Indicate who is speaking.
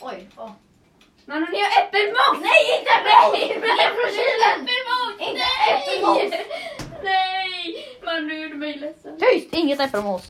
Speaker 1: Oj. Oh. Mamma, ni har äppelmos! Nej, inte mig! Men från kylen!
Speaker 2: Äppelmos!
Speaker 1: Inte
Speaker 2: Nej!
Speaker 1: äppelmos!
Speaker 2: Nej! Man, du gjorde mig ledsen.
Speaker 3: Tyst! Inget äppelmos.